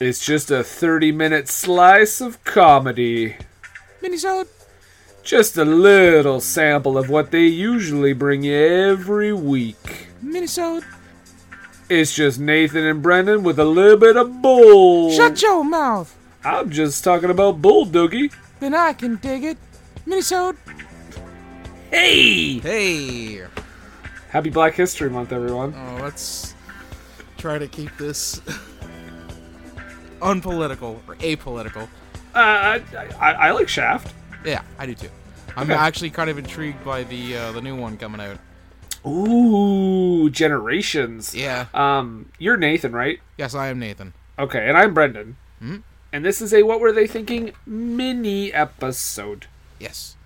It's just a 30 minute slice of comedy. Mini salad. Just a little sample of what they usually bring you every week. Mini salad. It's just Nathan and Brendan with a little bit of bull. Shut your mouth. I'm just talking about bull, Doogie. Then I can dig it. Mini salad. Hey! Hey. Happy Black History Month, everyone. Oh, let's try to keep this unpolitical or apolitical. Uh, I, I, I like Shaft. Yeah, I do too. I'm Okay. actually kind of intrigued by the uh, the new one coming out. Ooh, Generations. Yeah. Um, you're Nathan, right? Yes, I am Nathan. Okay, and I'm Brendan. And this is a What Were They Thinking mini episode. Yes.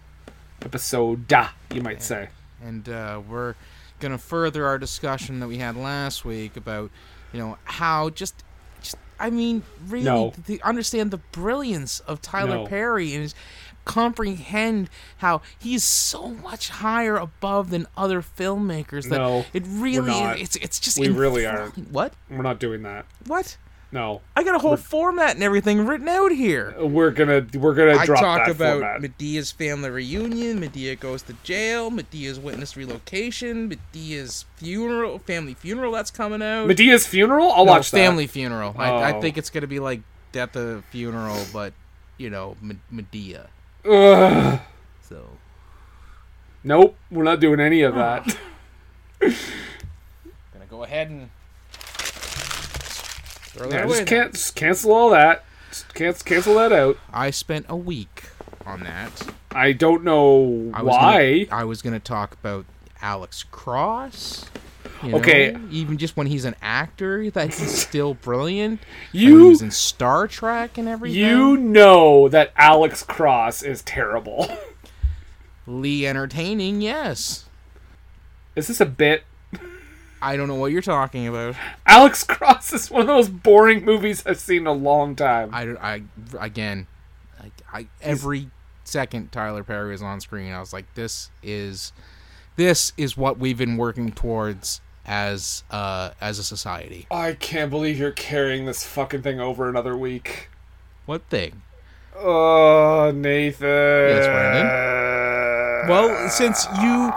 Episode, da, you might say. and uh, we're gonna further our discussion that we had last week about you know how just, just I mean really No. th- th- understand the brilliance of Tyler No. Perry and his- comprehend how he's so much higher above than other filmmakers that No, it really not. it's it's just We really enthralling. what We're not doing that. what No, I got a whole format and everything written out here. we're gonna we're gonna I drop talk that about format. Medea's family reunion, Medea goes to jail, Medea's witness relocation, Medea's funeral, family funeral that's coming out. Medea's funeral. I'll No, watch that. family funeral. I, I Oh. think it's gonna be like death of funeral, but you know Me- Medea. Ugh. So Nope, we're not doing any Oh, of that. gonna go ahead and throw Yeah, that away. just can't just cancel all that. Just cancel cancel that out. I spent a week on that. I don't know I was why. Gonna, I was gonna talk about Alex Cross. you know, Okay. even just when he's an actor, that he's still brilliant. When he You was in Star Trek and everything. you know that Alex Cross is terrible. Lee entertaining, yes. is this a bit? I don't know what you're talking about. Alex Cross is one of those boring movies I've seen in a long time. I, don't- I again, I, I every second Tyler Perry was on screen, I was like, this is, this is what we've been working towards as uh as a society. I can't believe you're carrying this fucking thing over another week. What thing? Oh, Nathan. Yes, Well, since you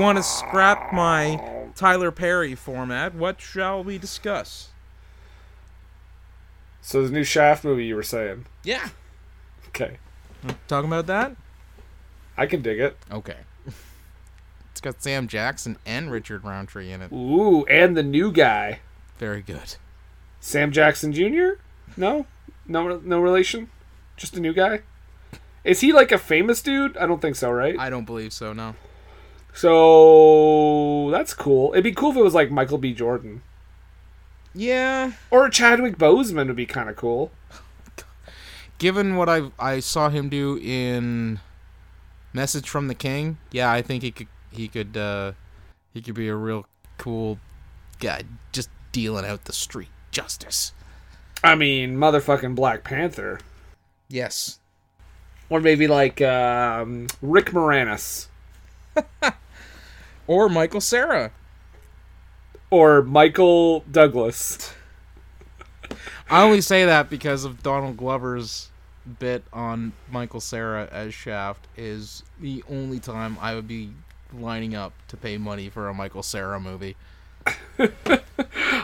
want to scrap my Tyler Perry format, what shall we discuss? So the new Shaft movie you were saying. Yeah. Okay. Talking about that? I can dig it. Okay. It's got Sam Jackson and Richard Roundtree in it. Ooh, and the new guy, Very good. Sam Jackson Jr. No, no, no relation. Just a new guy. Is he like a famous dude? I don't think so, right? I don't believe so, no. So that's cool. It'd be cool if it was like Michael B. Jordan Yeah. or Chadwick Boseman would be kind of cool. Given what I I saw him do in Message from the King, yeah, I think he could he could uh he could be a real cool guy just dealing out the street justice. I mean, motherfucking Black Panther, Yes. or maybe like um, Rick Moranis Or Michael Sarah. or Michael Douglas. I only say that because of Donald Glover's bit on Michael Sarah as Shaft is the only time I would be lining up to pay money for a Michael Sarah movie.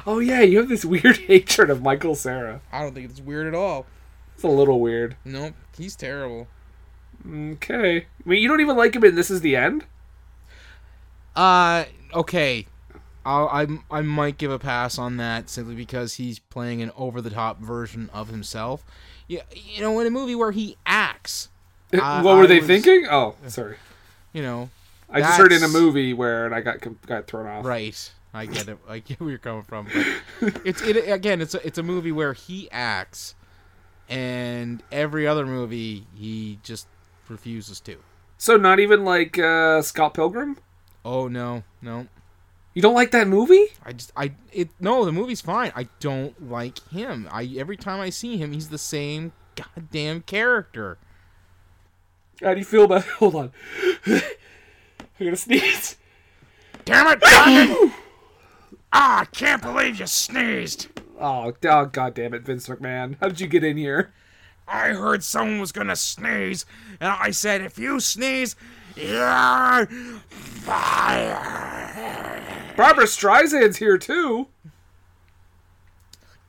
Oh yeah, you have this weird hatred of Michael Sarah. I don't think it's weird at all. It's a little weird. Nope, he's terrible. Okay. I mean, you don't even like him in This Is the End? Uh, okay. I'll, I I might give a pass on that simply because he's playing an over the top version of himself. Yeah, you know, in a movie where he acts, I- what were I they was- thinking? Oh, sorry. you know, I just heard in a That's- movie where and I got com- got thrown off. Right. I get it. I get where you're coming from. but it's it again. It's a, it's a movie where he acts, and every other movie he just refuses to. So not even like uh, Scott Pilgrim? Oh no, no. You don't like that movie? I just I it no. The movie's fine. I don't like him. I every time I see him, he's the same goddamn character. How do you feel about Hold on. I'm gonna sneeze. Damn it, Duncan! ah, I can't believe you sneezed. Oh, d- oh god damn it, Vince McMahon. How did you get in here? I heard someone was gonna sneeze, and I said, if you sneeze, you're fired. Barbara Streisand's here too.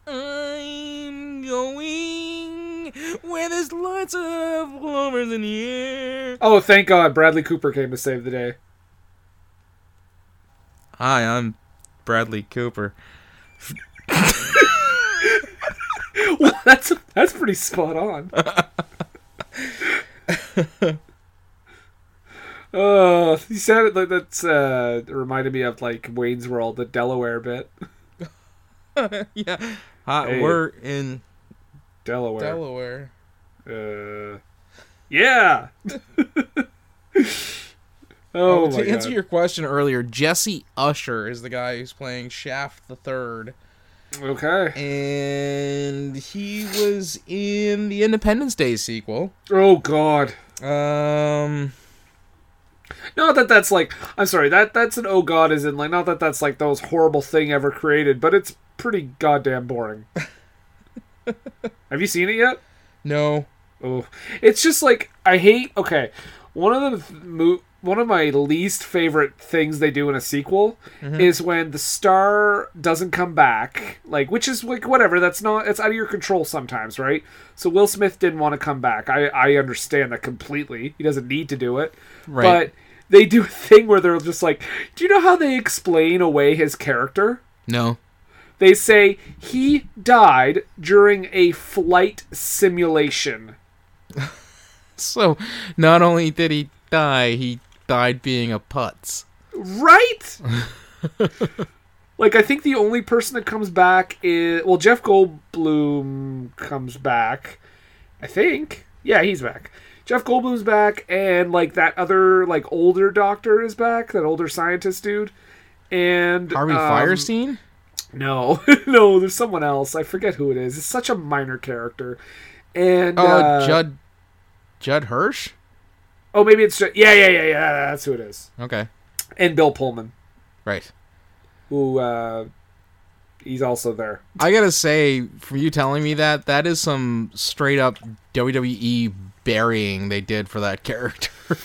I'm going where there's lots of lovers in the air. Oh, thank god Bradley Cooper came to save the day. Hi, I'm Bradley Cooper. that's that's pretty spot on. Oh, you said it like that's uh, reminded me of like Wayne's World, the Delaware bit. yeah. Hi, Hey. We're in Delaware. Delaware. uh, yeah. oh, to my answer God. your question earlier, Jesse Usher is the guy who's playing Shaft the Third, okay. and he was in the Independence Day sequel. Oh God. Um, Not that that's like I'm sorry that that's an oh God is in like not that that's like the most horrible thing ever created, but it's pretty goddamn boring. Have you seen it yet? no, Oh, it's just like I hate. Okay, one of the mo- one of my least favorite things they do in a sequel is when the star doesn't come back. Like, which is like whatever. That's not. It's out of your control sometimes, right? So Will Smith didn't want to come back. I I understand that completely. He doesn't need to do it. Right. But they do a thing where they're just like, do you know how they explain away his character? no. They say he died during a flight simulation. So, not only did he die, he died being a putz. Right? like I think the only person that comes back is well Jeff Goldblum comes back. I think. Yeah, he's back. Jeff Goldblum's back and like that other like older doctor is back, that older scientist dude. And Harvey um, Firestein? No. no, there's someone else. I forget who it is. It's such a minor character. And Oh, uh, Judd. Judd Hirsch. Oh, maybe it's Judd. Yeah, yeah, yeah, yeah. That's who it is. Okay. And Bill Pullman, Right. who uh he's also there. I gotta say, from you telling me that, that is some straight up WWE burying they did for that character.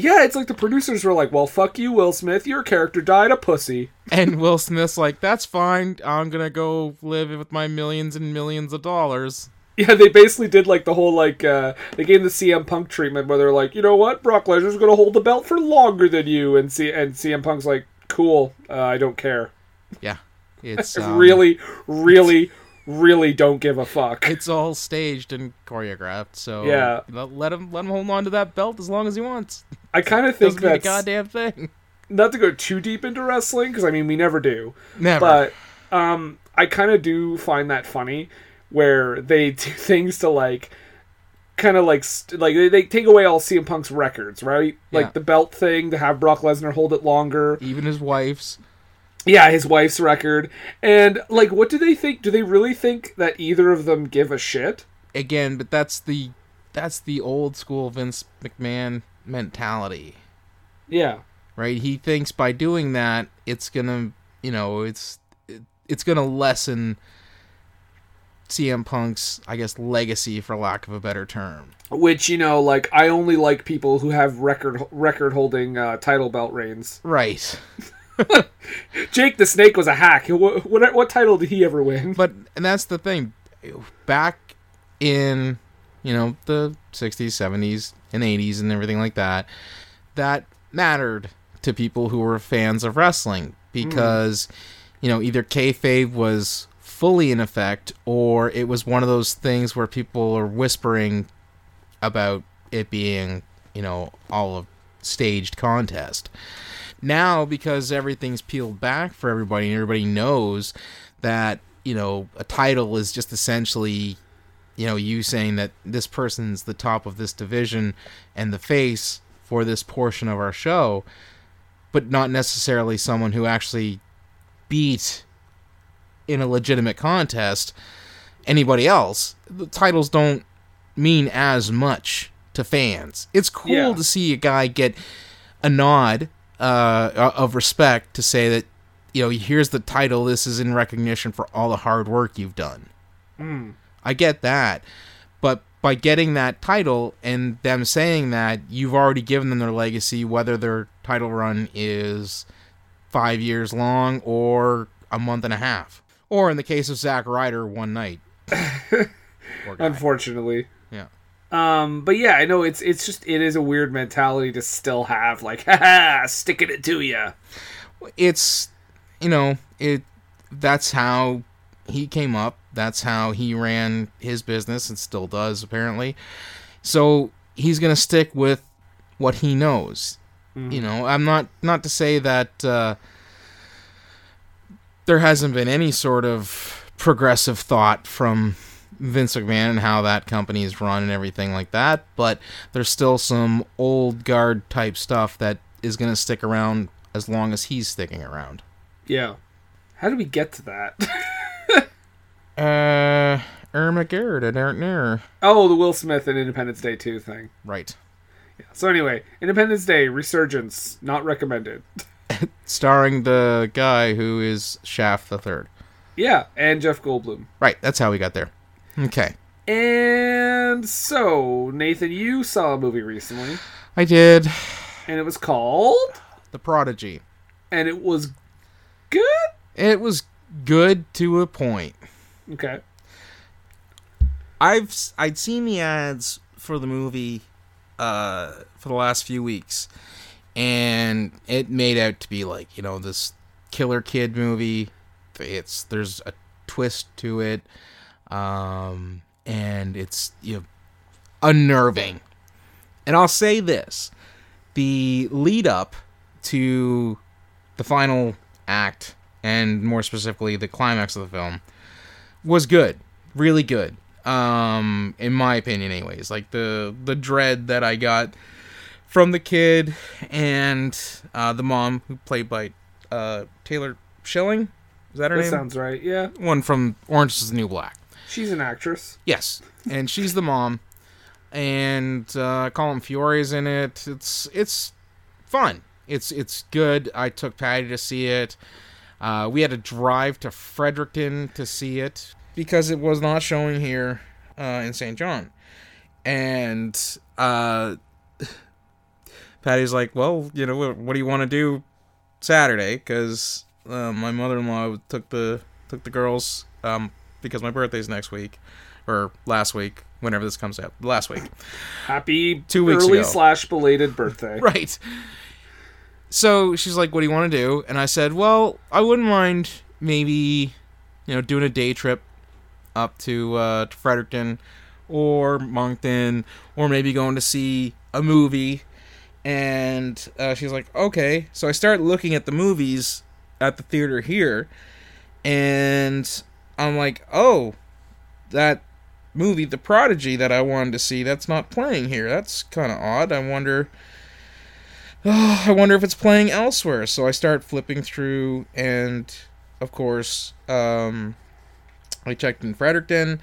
Yeah, it's like the producers were like, "Well, fuck you, Will Smith. Your character died a pussy." and Will Smith's like, that's fine. I'm gonna go live with my millions and millions of dollars. Yeah, they basically did like the whole like uh, they gave him the CM Punk treatment where they're like, "You know what? Brock Lesnar's going to hold the belt for longer than you," and C- and CM Punk's like, "Cool, uh, I don't care. Yeah. It's I um, really, really, really don't give a fuck." It's all staged and choreographed, so Yeah. let, let him let him hold on to that belt as long as he wants. I kind of think Doesn't mean a that's goddamn thing. not to go too deep into wrestling because I mean we never do. Never. but um, I kind of do find that funny where they do things to like kind of like st- like they, they take away all CM Punk's records, right? Yeah. Like the belt thing to have Brock Lesnar hold it longer. Even his wife's. Yeah, his wife's record. And like what do they think? Do they really think that either of them give a shit? Again, but that's the that's the old school Vince McMahon mentality. Yeah. right? He thinks by doing that, it's gonna, you know, it's it, it's gonna lessen CM Punk's, I guess, legacy, for lack of a better term. Which, you know, like I only like people who have record record holding uh, title belt reigns. Right. Jake the Snake was a hack. What, what what title did he ever win? But and that's the thing. Back in, you know, the '60s, '70s, and '80s, and everything like that, that mattered to people who were fans of wrestling because, you know, either kayfabe was fully in effect or it was one of those things where people are whispering about it being, you know, all a staged contest. Now, because everything's peeled back for everybody and everybody knows that, you know, a title is just essentially, you know, you saying that this person's the top of this division and the face for this portion of our show, but not necessarily someone who actually beat in a legitimate contest anybody else. The titles don't mean as much to fans. It's cool Yeah. to see a guy get a nod uh, of respect to say that, you know, here's the title. This is in recognition for all the hard work you've done. I get that. But by getting that title and them saying that, you've already given them their legacy, whether their title run is five years long or a month and a half. Or in the case of Zack Ryder, one night. Poor guy. unfortunately. Yeah. Um, but yeah, I know it's it's just it is a weird mentality to still have, like, ha sticking it to you. it's you know it that's how he came up that's how he ran his business and still does apparently so he's gonna stick with what he knows you know i'm not not to say that uh there hasn't been any sort of progressive thought from Vince McMahon and how that company is run and everything like that, but there's still some old guard type stuff that is going to stick around as long as he's sticking around. Yeah. How did we get to that? Uh, Irma Garrett and Eric Nair. oh, the Will Smith and Independence Day 2 thing. Right. So anyway, Independence Day resurgence not recommended. Starring the guy who is Shaft the Third. Yeah, and Jeff Goldblum. Right, that's how we got there. Okay. And so, Nathan, you saw a movie recently, I did and it was called The Prodigy. and it was good. It was good to a point. Okay. I've s- I'd seen the ads for the movie uh, for the last few weeks. and it made out to be like you know this killer kid movie it's there's a twist to it um and it's you know unnerving and i'll say this the lead up to the final act and more specifically the climax of the film was good really good um in my opinion anyways like the the dread that i got from the kid and uh, the mom, who played by uh, Taylor Schilling. Is that her That name? sounds right. Yeah. One from Orange is the New Black. She's an actress. Yes, and she's the mom, and uh, Colin Fiore's in it. It's it's fun. It's it's good. I took Patty to see it. Uh, we had to drive to Fredericton to see it because it was not showing here uh, in St. John, and uh, Patty's like, well, you know, what, what do you want to do Saturday? Because uh, my mother-in-law took the took the girls um, because my birthday's next week or last week, whenever this comes out, last week. Happy Two weeks early ago. slash belated birthday. right. So she's like, "What do you want to do?" And I said, "Well, I wouldn't mind maybe, you know, doing a day trip up to uh, to Fredericton or Moncton, or maybe going to see a movie." And uh, she's like, "Okay." So I start looking at the movies at the theater here, and I'm like, "Oh, that movie, The Prodigy, that I wanted to see, that's not playing here. That's kind of odd. I wonder." I wonder if it's playing elsewhere. So I start flipping through, and of course, um, I checked in Fredericton,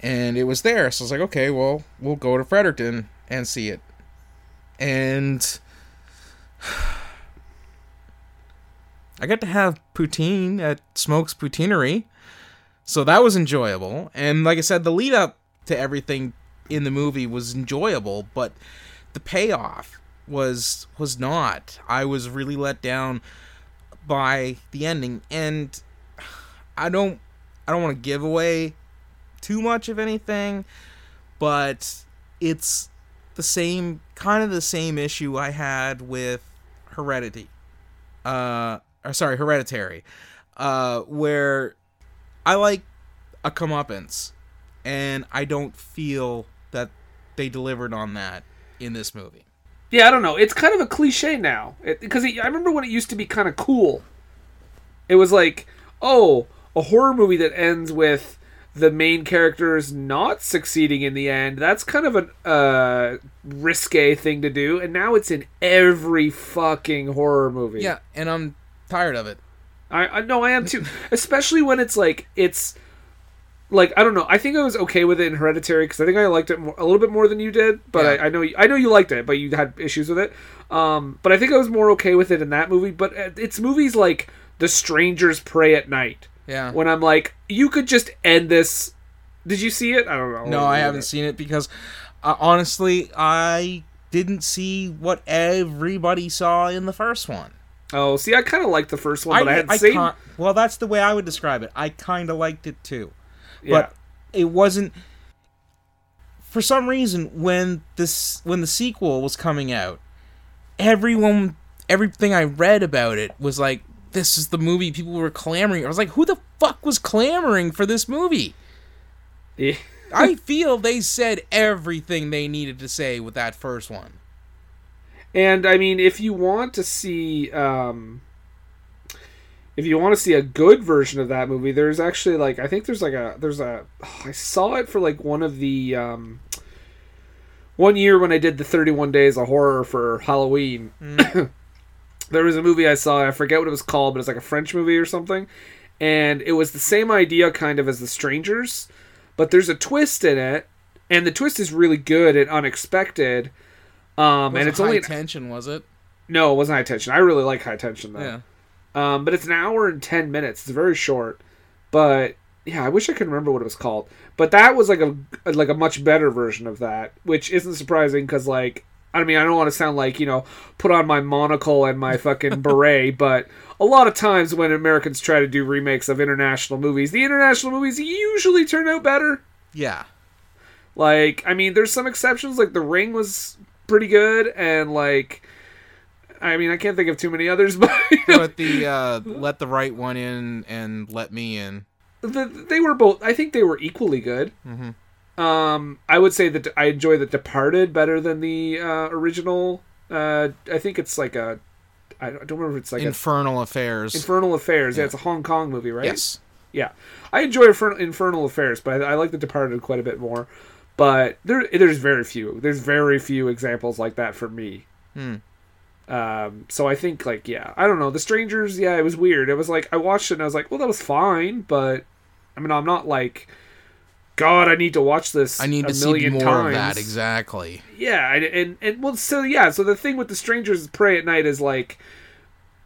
and it was there. So I was like, okay, well, we'll go to Fredericton and see it. And I got to have poutine at Smokes Poutinery. So that was enjoyable. And like I said, the lead up to everything in the movie was enjoyable, but the payoff was was not. I was really let down by the ending and I don't I don't want to give away too much of anything, but it's the same kind of the same issue I had with Heredity. Uh or sorry, Hereditary uh, where I like a comeuppance, and I don't feel that they delivered on that in this movie. Yeah, I don't know. It's kind of a cliche now because I remember when it used to be kind of cool. It was like, oh, a horror movie that ends with the main characters not succeeding in the end. That's kind of a uh, risque thing to do, and now it's in every fucking horror movie. Yeah, and I'm tired of it. I, I no, I am too. Especially when it's like it's like I don't know. I think I was okay with it in Hereditary because I think I liked it more, a little bit more than you did. But Yeah. I, I know you- I know you liked it, but you had issues with it. Um, but I think I was more okay with it in that movie. But uh, it's movies like the strangers pray at night. Yeah. When I'm like, you could just end this. Did you see it? I don't know. No, I haven't seen it because uh, honestly, I didn't see what everybody saw in the first one. Oh, see, I kind of liked the first one, but I, hadn't seen. kin- well, that's the way I would describe it. I kind of liked it too, yeah. but it wasn't. For some reason, when this when the sequel was coming out, everyone everything I read about it was like, "This is the movie." People were clamoring. I was like, "Who the fuck was clamoring for this movie?" Yeah. I feel they said everything they needed to say with that first one. And I mean, if you want to see, um, if you want to see a good version of that movie, there's actually like I think there's like a there's a oh, I saw it for like one of the um, one year when I did the 31 days of horror for Halloween. there was a movie I saw. I forget what it was called, but it's like a French movie or something, and it was the same idea kind of as The Strangers, but there's a twist in it, and the twist is really good and unexpected. Um, and Wasn't it's only high an tension, was it? no, it wasn't high tension. I really like high tension though. Yeah. Um, but it's an hour and ten minutes. It's very short. But yeah, I wish I could remember what it was called. But that was like a like a much better version of that, which isn't surprising because like I mean I don't want to sound like you know put on my monocle and my fucking beret, but a lot of times when Americans try to do remakes of international movies, the international movies usually turn out better. Yeah. Like, I mean, there's some exceptions. Like, The Ring was pretty good, and like, I mean, I can't think of too many others, but you know, But the uh, let the right one in and let me in. the, they were both. I think they were equally good. Um, I would say that I enjoy The Departed better than the uh, original. Uh, I think it's like a. I don't I don't remember. If it's like Infernal affairs. a Infernal Affairs. Yeah. it's a Hong Kong movie, right? yes. Yeah, I enjoy Infern- Infernal Affairs, but I, I like The Departed quite a bit more. But there, there's very few. There's very few examples like that for me. Hmm. Um, so I think like yeah, I don't know. The Strangers, yeah, it was weird. It was like I watched it and I was like, well, that was fine, but I mean, I'm not like, God, I need to watch this. I need a to see million more times. of that. Exactly. Yeah, and, and and well, so yeah, so the thing with the Strangers Pray at Night is like,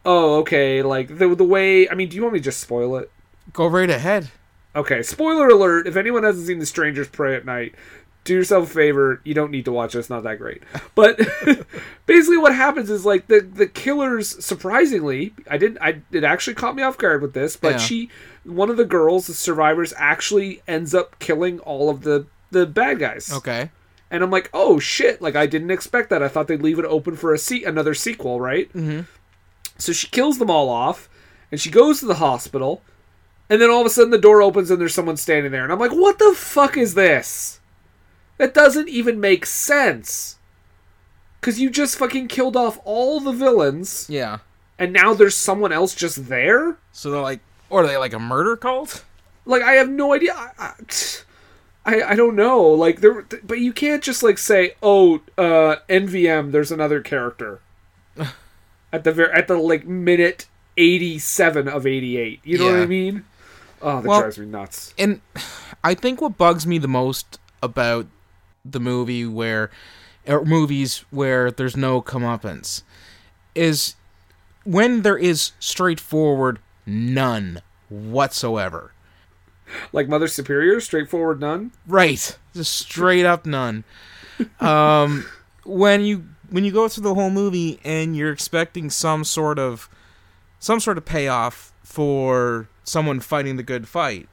oh, okay, like the the way. I mean, do you want me to just spoil it? Go right ahead. Okay, spoiler alert. If anyone hasn't seen The Strangers Pray at Night, do yourself a favor. You don't need to watch it. It's not that great. But basically, what happens is like the the killers. Surprisingly, I didn't. I it actually caught me off guard with this. But Yeah. she, one of the girls, the survivors, actually ends up killing all of the the bad guys. Okay. And I'm like, oh shit! Like I didn't expect that. I thought they'd leave it open for a se- another sequel, right? Mm-hmm. So she kills them all off, and she goes to the hospital, and then all of a sudden the door opens and there's someone standing there, and I'm like, what the fuck is this? That doesn't even make sense. Cause you just fucking killed off all the villains, Yeah. and now there's someone else just there. So they're like, Or are they like a murder cult? like I have no idea. I, I, I, I don't know. Like there, but you can't just like say, oh, uh, NVM. There's another character at the ver- at the like minute eighty seven of eighty eight. You know what Yeah. I mean? Oh, that Well- drives me nuts. and I think what bugs me the most about the movie where or movies where there's no comeuppance is when there is straightforward none whatsoever. Like Mother Superior, straightforward none. Right, just straight up none. Um, when you when you go through the whole movie and you're expecting some sort of some sort of payoff for someone fighting the good fight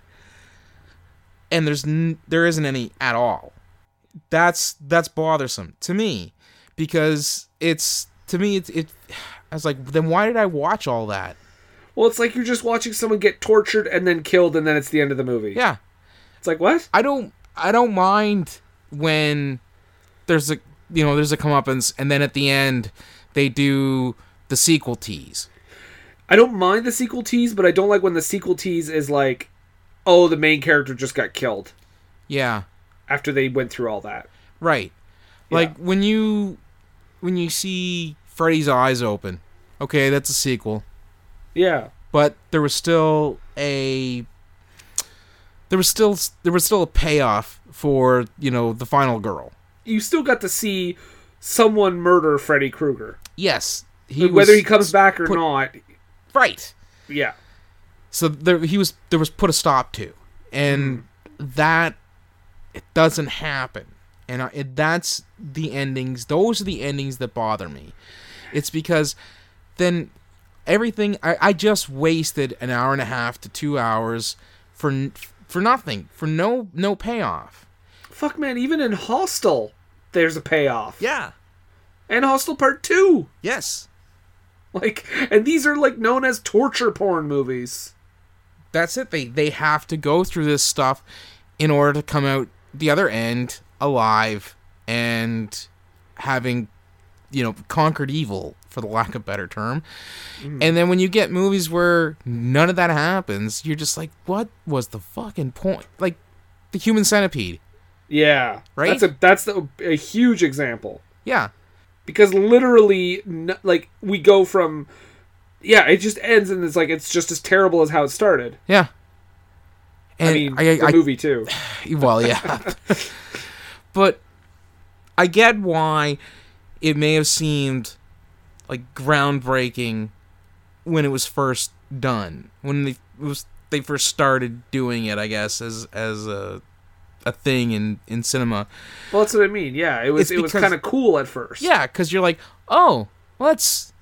and there's n- there isn't any at all that's that's bothersome to me because it's to me it, it i was like then why did i watch all that Well, it's like you're just watching someone get tortured and then killed, and then it's the end of the movie. yeah, It's like what? I don't I don't mind when there's a you know there's a comeuppance and then at the end they do the sequel tease. I don't mind the sequel tease, but I don't like when the sequel tease is like, oh, the main character just got killed Yeah, after they went through all that. right. Like when you when you see Freddy's eyes open. Okay, that's a sequel, Yeah. but there was still a there was still there was still a payoff for, you know, the final girl. you still got to see someone murder Freddy Krueger. Yes, he Whether was he comes back or put- not, right. Yeah. so there he was there was put a stop to and that it doesn't happen and I, it, that's the endings those are the endings that bother me it's because then everything I, I just wasted an hour and a half to two hours for n- for nothing for no no payoff Fuck, man. Even in Hostel, there's a payoff. yeah And Hostel Part Two. yes Like, and these are like known as torture porn movies. that's it they they have to go through this stuff in order to come out the other end alive and having you know conquered evil for the lack of better term Mm. and then when you get movies where none of that happens you're just like what was the fucking point like the human centipede Yeah. Right? That's a that's the, a huge example. yeah because literally n- like we go from yeah it just ends and it's like it's just as terrible as how it started yeah and i mean the movie too well, yeah. but I get why it may have seemed like groundbreaking when it was first done, when they it was they first started doing it, I guess, as as a a thing in in cinema. well that's what i mean yeah it It's was it was because- kind of cool at first Yeah, because you're like, oh, well, that's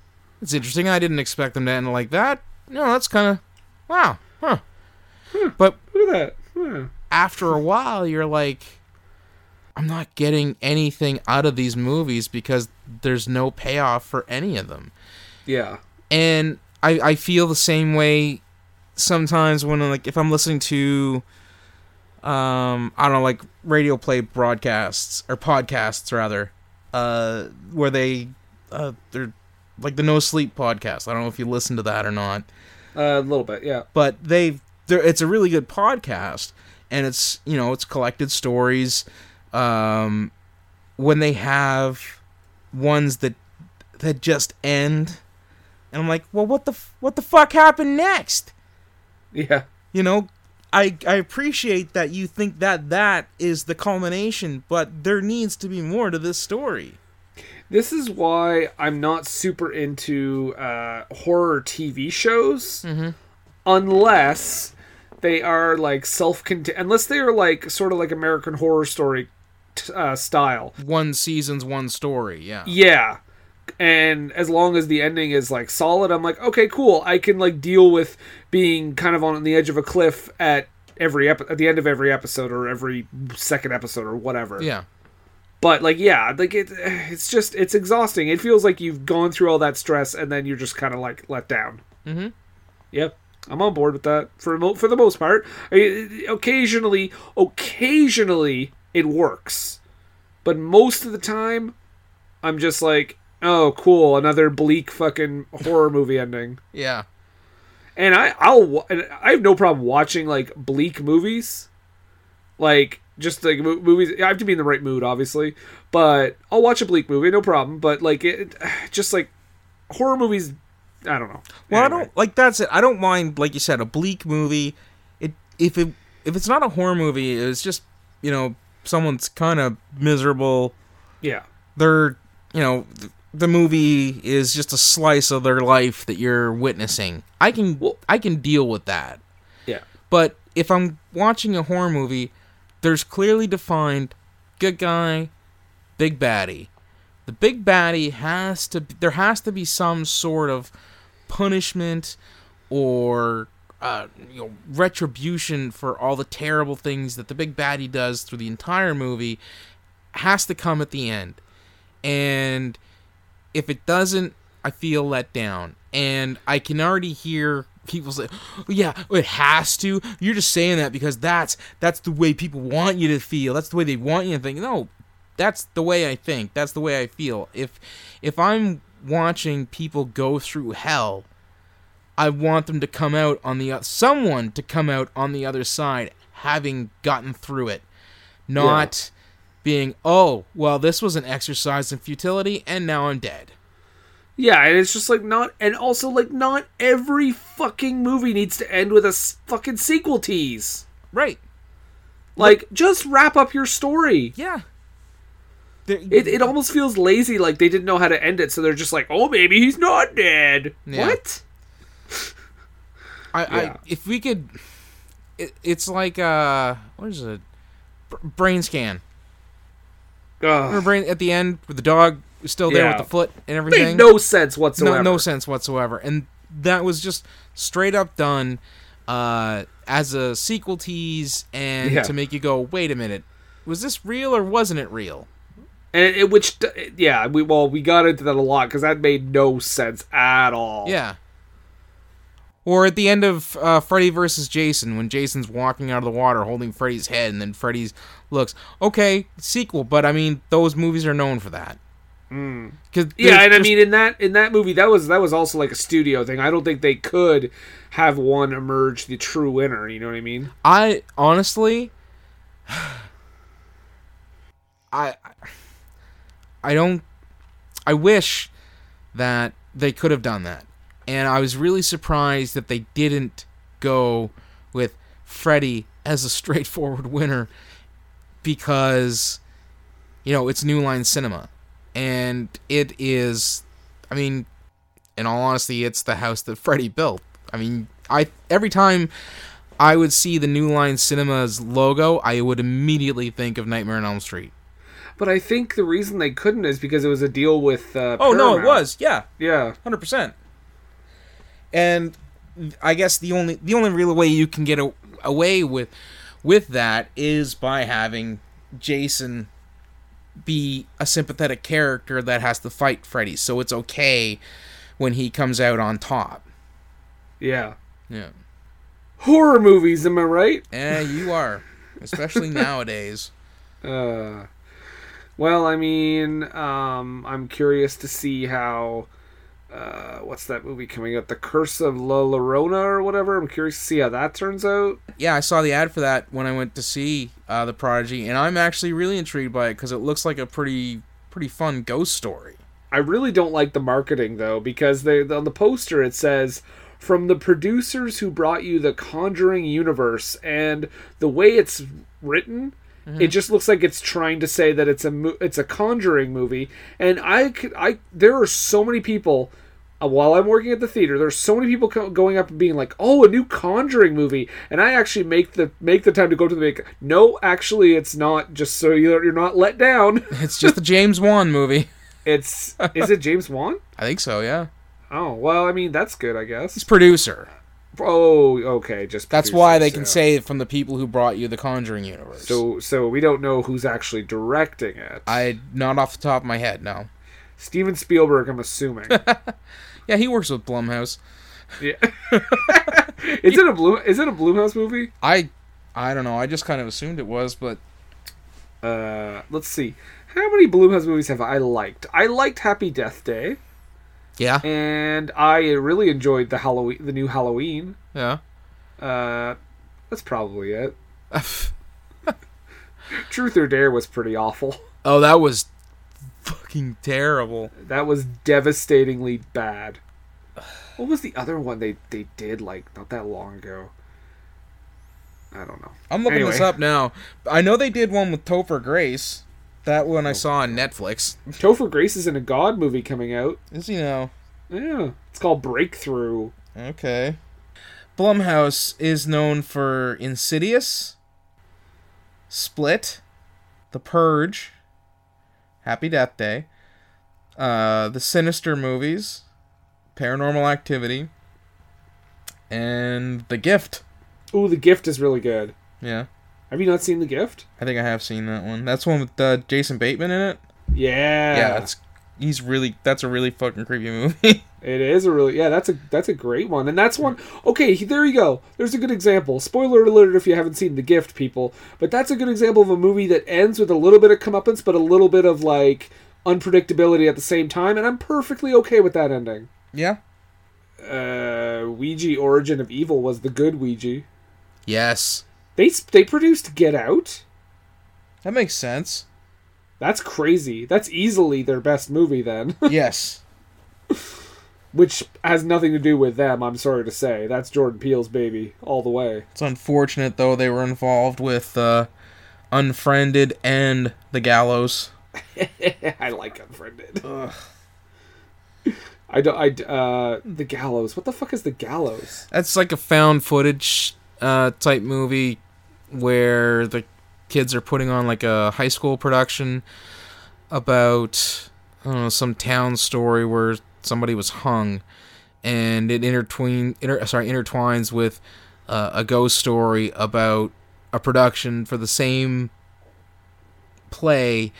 that's interesting. I didn't expect them to end like that. No, that's kind of wow, huh? But look at that Hmm. after a while you're like I'm not getting anything out of these movies because there's no payoff for any of them. yeah And I, I feel the same way sometimes when I'm like if I'm listening to um I don't know like radio play broadcasts or podcasts rather, uh, where they uh, they're like the No Sleep podcast. I don't know if you listen to that or not. Uh, a little bit yeah but they they're, it's a really good podcast and it's you know it's collected stories um when they have ones that that just end and i'm like well what the f- what the fuck happened next yeah you know i i appreciate that you think that that is the culmination but there needs to be more to this story this is why i'm not super into uh, horror tv shows unless they are like self-contained unless they are like sort of like american horror story t- uh, style one season's one story, yeah. Yeah. And as long as the ending is like solid, I'm like, okay, cool. I can like deal with being kind of on the edge of a cliff at every ep- at the end of every episode or every second episode or whatever. Yeah. But like, yeah, like it, it's just it's exhausting. It feels like you've gone through all that stress and then you're just kind of like let down. Mm-hmm. Yep. I'm on board with that for mo- for the most part. I- occasionally, occasionally it works, but most of the time, I'm just like, oh, cool, another bleak fucking horror movie ending. Yeah. And I I'll wa- and I have no problem watching like bleak movies, like just like mo- movies. I have to be in the right mood, obviously, but I'll watch a bleak movie, no problem. But like it, just like horror movies, I don't know. Well, I Anyway. don't like that's it. I don't mind like you said a bleak movie. It if it if it's not a horror movie, it's just you know someone's kind of miserable. Yeah, They're you know th- the movie Is just a slice of their life that you're witnessing. I can Well- I can deal with that. yeah, But if I'm watching a horror movie, there's clearly defined good guy, big baddie. The big baddie has to there has to be some sort of punishment or uh, you know, retribution for all the terrible things that the big baddie does through the entire movie has to come at the end. And if it doesn't, I feel let down. And I can already hear people say, "Oh, "Yeah, it has to." You're just saying that because that's that's the way people want you to feel. That's the way they want you to think. No, that's the way I think. That's the way I feel. If if I'm watching people go through hell, I want them to come out on the o- someone to come out on the other side having gotten through it, not being, "Oh, well, this was an exercise in futility and now I'm dead." yeah. And it's just like not, and also like not every fucking movie needs to end with a s- fucking sequel tease. Right. Like, just wrap up your story. Yeah. It, it almost feels lazy, like they didn't know how to end it, so they're just like, oh, maybe he's not dead. Yeah. What? I, Yeah. I if we could, it, it's like uh, what is it? Br- brain scan. Ugh. Remember brain at the end with the dog was still there Yeah. with the foot and Made everything. no sense whatsoever. no, no sense whatsoever. And that was just straight up done uh, as a sequel tease and Yeah. to make you go, wait a minute, was this real or wasn't it real? And it, it- which, d- yeah, we well, we got into that a lot because that made no sense at all. Yeah. Or at the end of uh, Freddy versus Jason, when Jason's walking out of the water holding Freddy's head, and then Freddy's looks okay sequel, but I mean those movies are known for that. Mm. Hmm. Yeah, and I mean in that in that movie that was that was also like a studio thing. I don't think they could have one emerge the true winner. You know what I mean? I honestly, I, I don't. I wish that they could have done that, and I was really surprised that they didn't go with Freddy as a straightforward winner, because you know it's New Line Cinema, and it is. I mean, in all honesty, it's the house that Freddy built. I mean, I every time I would see the New Line Cinema's logo, I would immediately think of Nightmare on Elm Street. But I think the reason they couldn't is because it was a deal with. Uh, Oh no, it Paramount. was. Yeah, Yeah, hundred percent. And I guess the only the only real way you can get a, away with with that is by having Jason be a sympathetic character that has to fight Freddy, so it's okay when he comes out on top. yeah. Yeah, Horror movies, am I right? eh, you are, especially nowadays. Uh, well, I mean, um, I'm curious to see how. Uh, what's that movie coming up? The Curse of La Llorona or whatever. I'm curious to see how that turns out. yeah, I saw the ad for that when I went to see uh, the Prodigy, and I'm actually really intrigued by it because it looks like a pretty pretty fun ghost story. I really don't like the marketing though because they on the poster it says from the producers who brought you the Conjuring universe and the way it's written it just looks like it's trying to say that it's a mo- it's a Conjuring movie and I could I there are so many people uh, while I'm working at the theater there's so many people co- going up and being like oh a new Conjuring movie and I actually make the make the time to go to the make no actually it's not just so you're, you're not let down It's just a James Wan movie. it's is it James Wan I think so. Yeah, Oh well, I mean that's good, I guess. he's producer. Oh, okay, just That's why they producers, can yeah. say it from the people who brought you the Conjuring universe. So, so we don't know who's actually directing it. I not off the top of my head, no. Steven Spielberg, I'm assuming. Yeah, he works with Blumhouse. yeah. is it a blue? Is it a Bloomhouse movie? I I don't know. I just kind of assumed it was, but Uh, let's see. How many Bloomhouse movies have I liked? I liked Happy Death Day, yeah, and I really enjoyed the Halloween, the new Halloween. yeah. Uh, that's probably it. Truth or Dare was pretty awful. Oh, that was fucking terrible. That was devastatingly bad. What was the other one they, they did like not that long ago? I don't know. I'm looking this Anyway. up now. I know they did one with Topher Grace. That one I saw on Netflix. Topher Grace is in a God movie coming out. Is he now? Yeah, it's called Breakthrough. Okay. Blumhouse is known for Insidious, Split, The Purge, Happy Death Day, uh, the Sinister movies, Paranormal Activity, and The Gift. Ooh, The Gift is really good. Yeah, Have you not seen The Gift? I think I have seen that one. That's one with uh, Jason Bateman in it. Yeah, yeah, that's he's really that's a really fucking creepy movie. it is a really yeah. That's a that's a great one, and that's one. Okay, he- there you go. There's a good example. Spoiler alert if you haven't seen The Gift, people. But that's a good example of a movie that ends with a little bit of comeuppance, but a little bit of like unpredictability at the same time, and I'm perfectly okay with that ending. yeah. uh, Ouija Origin of Evil was the good Ouija. Yes, They s- they produced Get Out. that makes sense. That's crazy. That's easily their best movie then, yes. which has nothing to do with them. I'm sorry to say. That's Jordan Peele's baby all the way. It's unfortunate though they were involved with uh, Unfriended and The Gallows. I like Unfriended. I don't. I uh, the gallows. What the fuck is the gallows? That's like a found footage uh, type movie where the kids are putting on like a high school production about I don't know some town story where somebody was hung, and it intertwine inter, sorry intertwines with uh, a ghost story about a production for the same play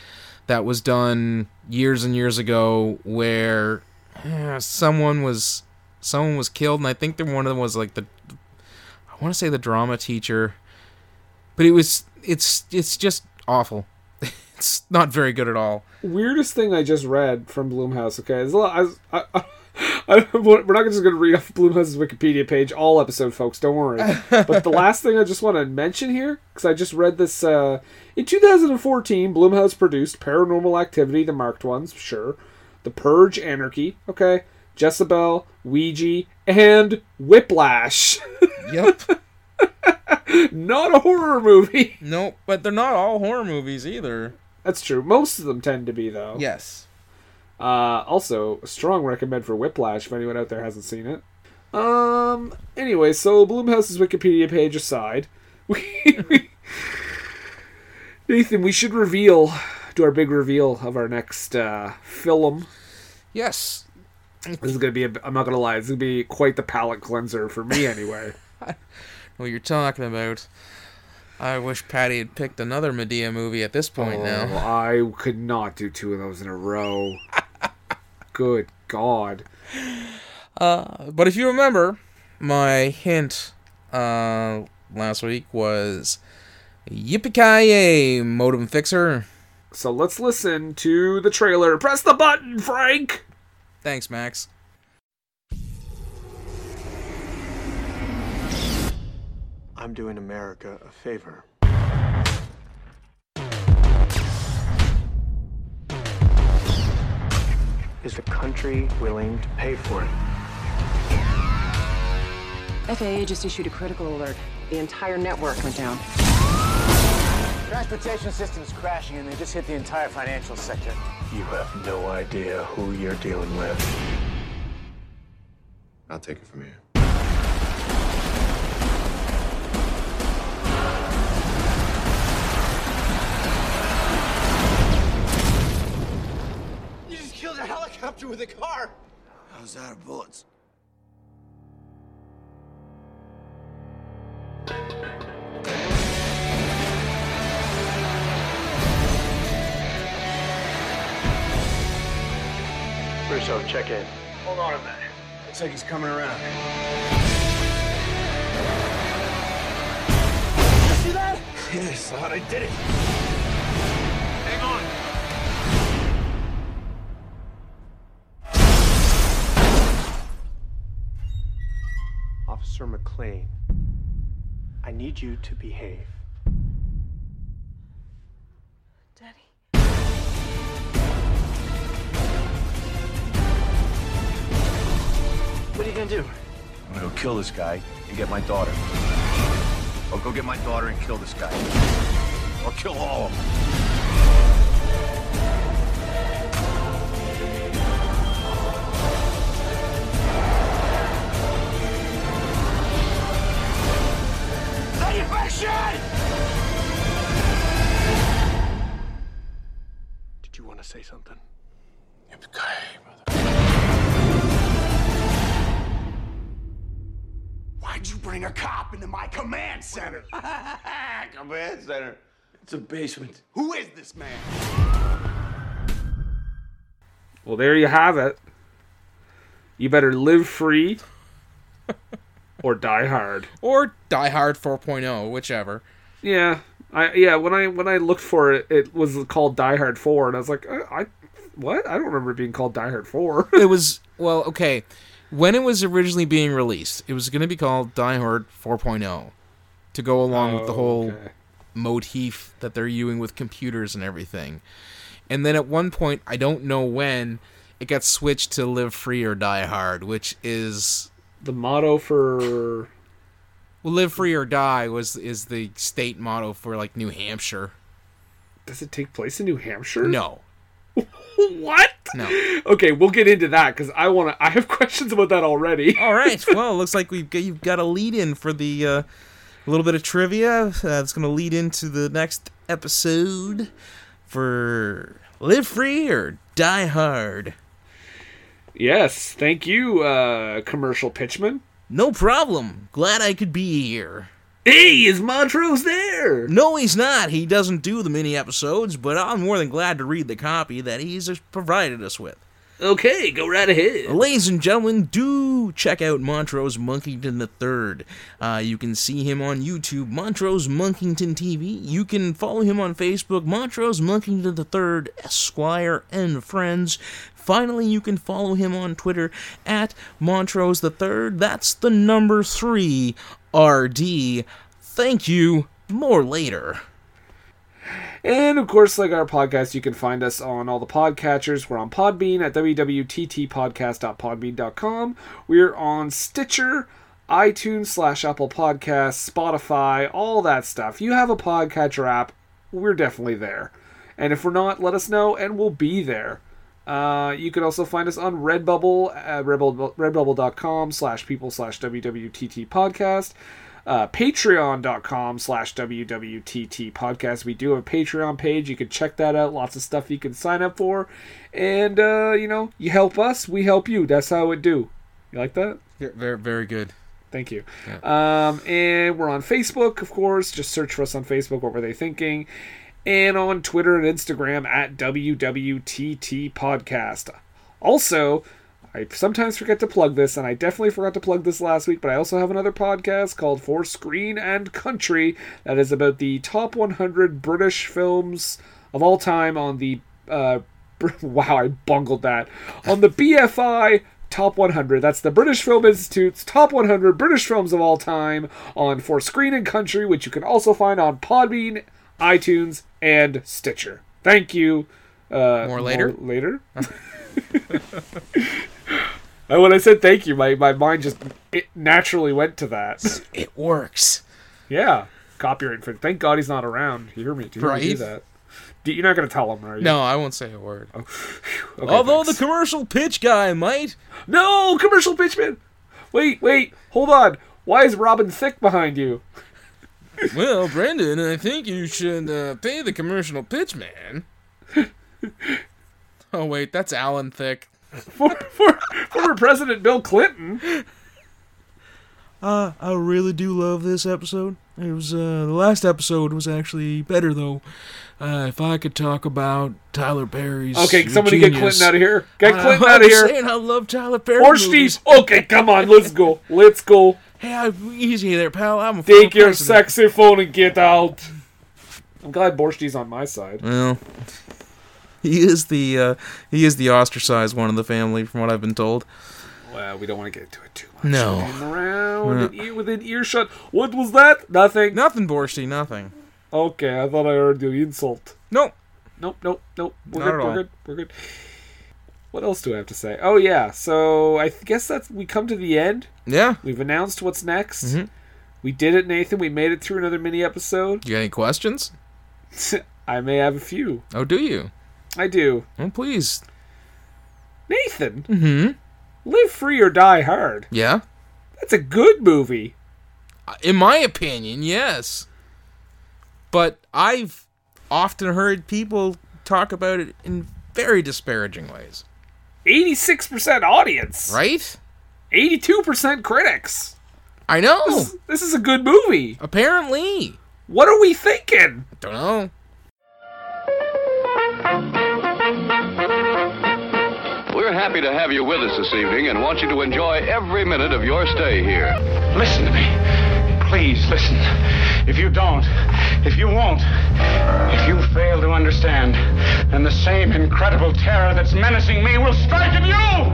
that was done years and years ago where uh, someone was someone was killed and i think the one of them was like the i want to say the drama teacher but it was it's it's just awful it's not very good at all Weirdest thing I just read from Bloomhouse. Okay, there's a lot. I, was- I, I, I, we're not just going to read off Bloomhouse's Wikipedia page all episode, folks. Don't worry. but the last thing I just want to mention here, because I just read this uh, in 2014, Bloomhouse produced Paranormal Activity, the marked ones, sure, The Purge, Anarchy, okay, Jezebel, Ouija, and Whiplash. yep not a horror movie. No, but they're not all horror movies either. That's true. Most of them tend to be though. Yes. Uh, also, a strong recommend for Whiplash if anyone out there hasn't seen it. Um. Anyway, so Bloomhouse's Wikipedia page aside, we, we- Nathan, we should reveal do our big reveal of our next uh, film. yes This is gonna be. A, I'm not gonna lie. This is gonna be quite the palate cleanser for me, anyway. what you're talking about I wish Patty had picked another Medea movie at this point Oh, now. I could not do two of those in a row. Good God. Uh, But if you remember, my hint uh, last week was Yippee-ki-yay, modem fixer. So let's listen to the trailer. Press the button, Frank. Thanks, Max. I'm doing America a favor. Is the country willing to pay for it? FAA just issued a critical alert. The entire network went down. Transportation system's crashing and they just hit the entire financial sector. You have no idea who you're dealing with. I'll take it from here. You just killed a helicopter with a car! I was out of bullets. Russo, check in. Hold on a minute. Looks like he's coming around. You see that? Yeah, I saw it. I did it. Officer McLean, I need you to behave. What are you gonna do? I'm gonna go kill this guy and get my daughter. Or go get my daughter and kill this guy. Or kill all of them. Did you want to say something? Why'd you bring a cop into my command center? Command center. It's a basement. Who is this man? Well, there you have it. You better live free or die hard. or die hard 4.0 whichever Yeah. I yeah, when I when I looked for it, it was called Die Hard 4 and I was like, "Uh, I, I what? I don't remember it being called Die Hard 4. it was well okay when it was originally being released it was going to be called die hard 4.0 to go along with the whole Okay. motif that they're using with computers and everything and then at one point i don't know when it got switched to live free or die hard which is The motto for well, live free or die was is the state motto for like new hampshire does it take place in New Hampshire? no What? No. Okay, we'll get into that because I want to. I have questions about that already. All right. Well, it looks like we've got, you've got a lead in for the uh, little bit of trivia uh, that's going to lead into the next episode for Live Free or Die Hard. Yes, thank you, uh, commercial pitchman. No problem. Glad I could be here. Hey, is Montrose there? No, he's not. He doesn't do the mini episodes, but I'm more than glad to read the copy that he's provided us with. Okay, go right ahead. Ladies and gentlemen, do check out Montrose Monkington III. Uh, you can see him on YouTube, Montrose Monkington TV. You can follow him on Facebook, Montrose Monkington III, Esquire and Friends. Finally, you can follow him on Twitter at Montrose III. That's the number three RD. Thank you. More later. And of course, like our podcast, you can find us on all the podcatchers. We're on Podbean at www.ttpodcast.podbean.com. We're on Stitcher, iTunes slash Apple Podcasts, Spotify, all that stuff. You have a podcatcher app, we're definitely there. And if we're not, let us know and we'll be there. Uh, you can also find us on Redbubble at redbubble, redbubble.com slash people slash WWTT podcast. Uh, Patreon.com slash WWTT podcast. We do have a Patreon page. You can check that out. Lots of stuff you can sign up for. And, uh, you know, you help us, we help you. That's how it do. You like that? Very, very good. Thank you. Um, and we're on Facebook, of course. Just search for us on Facebook. What were they thinking? And on Twitter and Instagram at WWTT Podcast. Also, I sometimes forget to plug this, and I definitely forgot to plug this last week, but I also have another podcast called For Screen and Country that is about the top 100 British films of all time on the. Uh, Br- wow, I bungled that. On the BFI Top 100. That's the British Film Institute's Top 100 British Films of All Time on For Screen and Country, which you can also find on Podbean, iTunes, and Stitcher. Thank you. Uh, More later? later. And when I said thank you, my, my mind just it naturally went to that. It works. Yeah, copyright infringement. Thank God he's not around. You hear me? Do you hear me do Right. that? Do- You're not gonna tell him, are you? No, I won't say a word. Okay, Although thanks. the commercial pitch guy might. no commercial pitchman. Wait, wait, hold on. Why is Robin Thicke behind you? Well, Brendan, I think you should uh, pay the commercial pitch man. oh wait, that's Alan Thick. For, for former President Bill Clinton. Uh, I really do love this episode. It was uh, the last episode was actually better though. Uh, if I could talk about Tyler Perry's Okay, somebody get Clinton out of here. Get I, Clinton out of here. Saying I love Tyler Perry. Or Uh, movies. Steve. Okay, come on, let's go. Let's go. Hey, I, easy there, pal. I'm a Take your sex. saxophone and get out. I'm glad Borschty's on my side. Well, he is the uh, he is the ostracized one of the family, from what I've been told. Well, we don't want to get into it too much. No. Mm. Looking around and ear within earshot. What was that? Nothing. Nothing, Borshti. Nothing. Okay, I thought I heard the insult. Nope. Nope, nope, nope. We're Not good. at We're all. good. We're good. What else do I have to say? Oh yeah, so I th- guess that's we come to the end. Yeah. We've announced what's next. Mm-hmm. We did it, Nathan. We made it through another mini episode. You got any questions? I may have a few. Oh, do you? I do. Oh, please. Nathan. Mm-hmm. Live free or die hard. Yeah. That's a good movie. In my opinion, yes. But I've often heard people talk about it in very disparaging ways. Eighty-six percent audience. Right? Eighty-two percent critics. I know. This is a good movie. Apparently. What are we thinking? Don't know. We're happy to have you with us this evening and want you to enjoy every minute of your stay here. Listen to me. Please listen. If you don't, if you won't, if you fail to understand, then the same incredible terror that's menacing me will strike at you!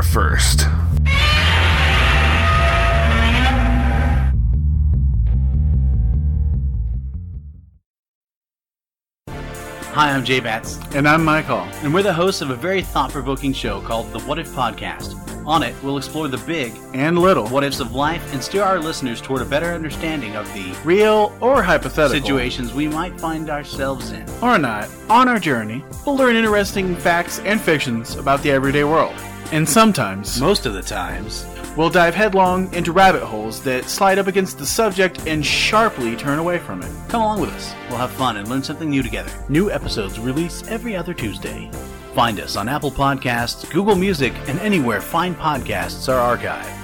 first. Hi, I'm Jay Batts. And I'm Michael. And we're the hosts of a very thought provoking show called The What If Podcast. On it, we'll explore the big and little what ifs of life and steer our listeners toward a better understanding of the real or hypothetical situations we might find ourselves in. or not. On our journey, we'll learn interesting facts and fictions about the everyday world. And sometimes, Most of the times, we'll dive headlong into rabbit holes that slide up against the subject and sharply turn away from it. come along with us. We'll have fun and learn something new together. New episodes release every other Tuesday. Find us on Apple Podcasts, Google Music, and anywhere fine podcasts are archived.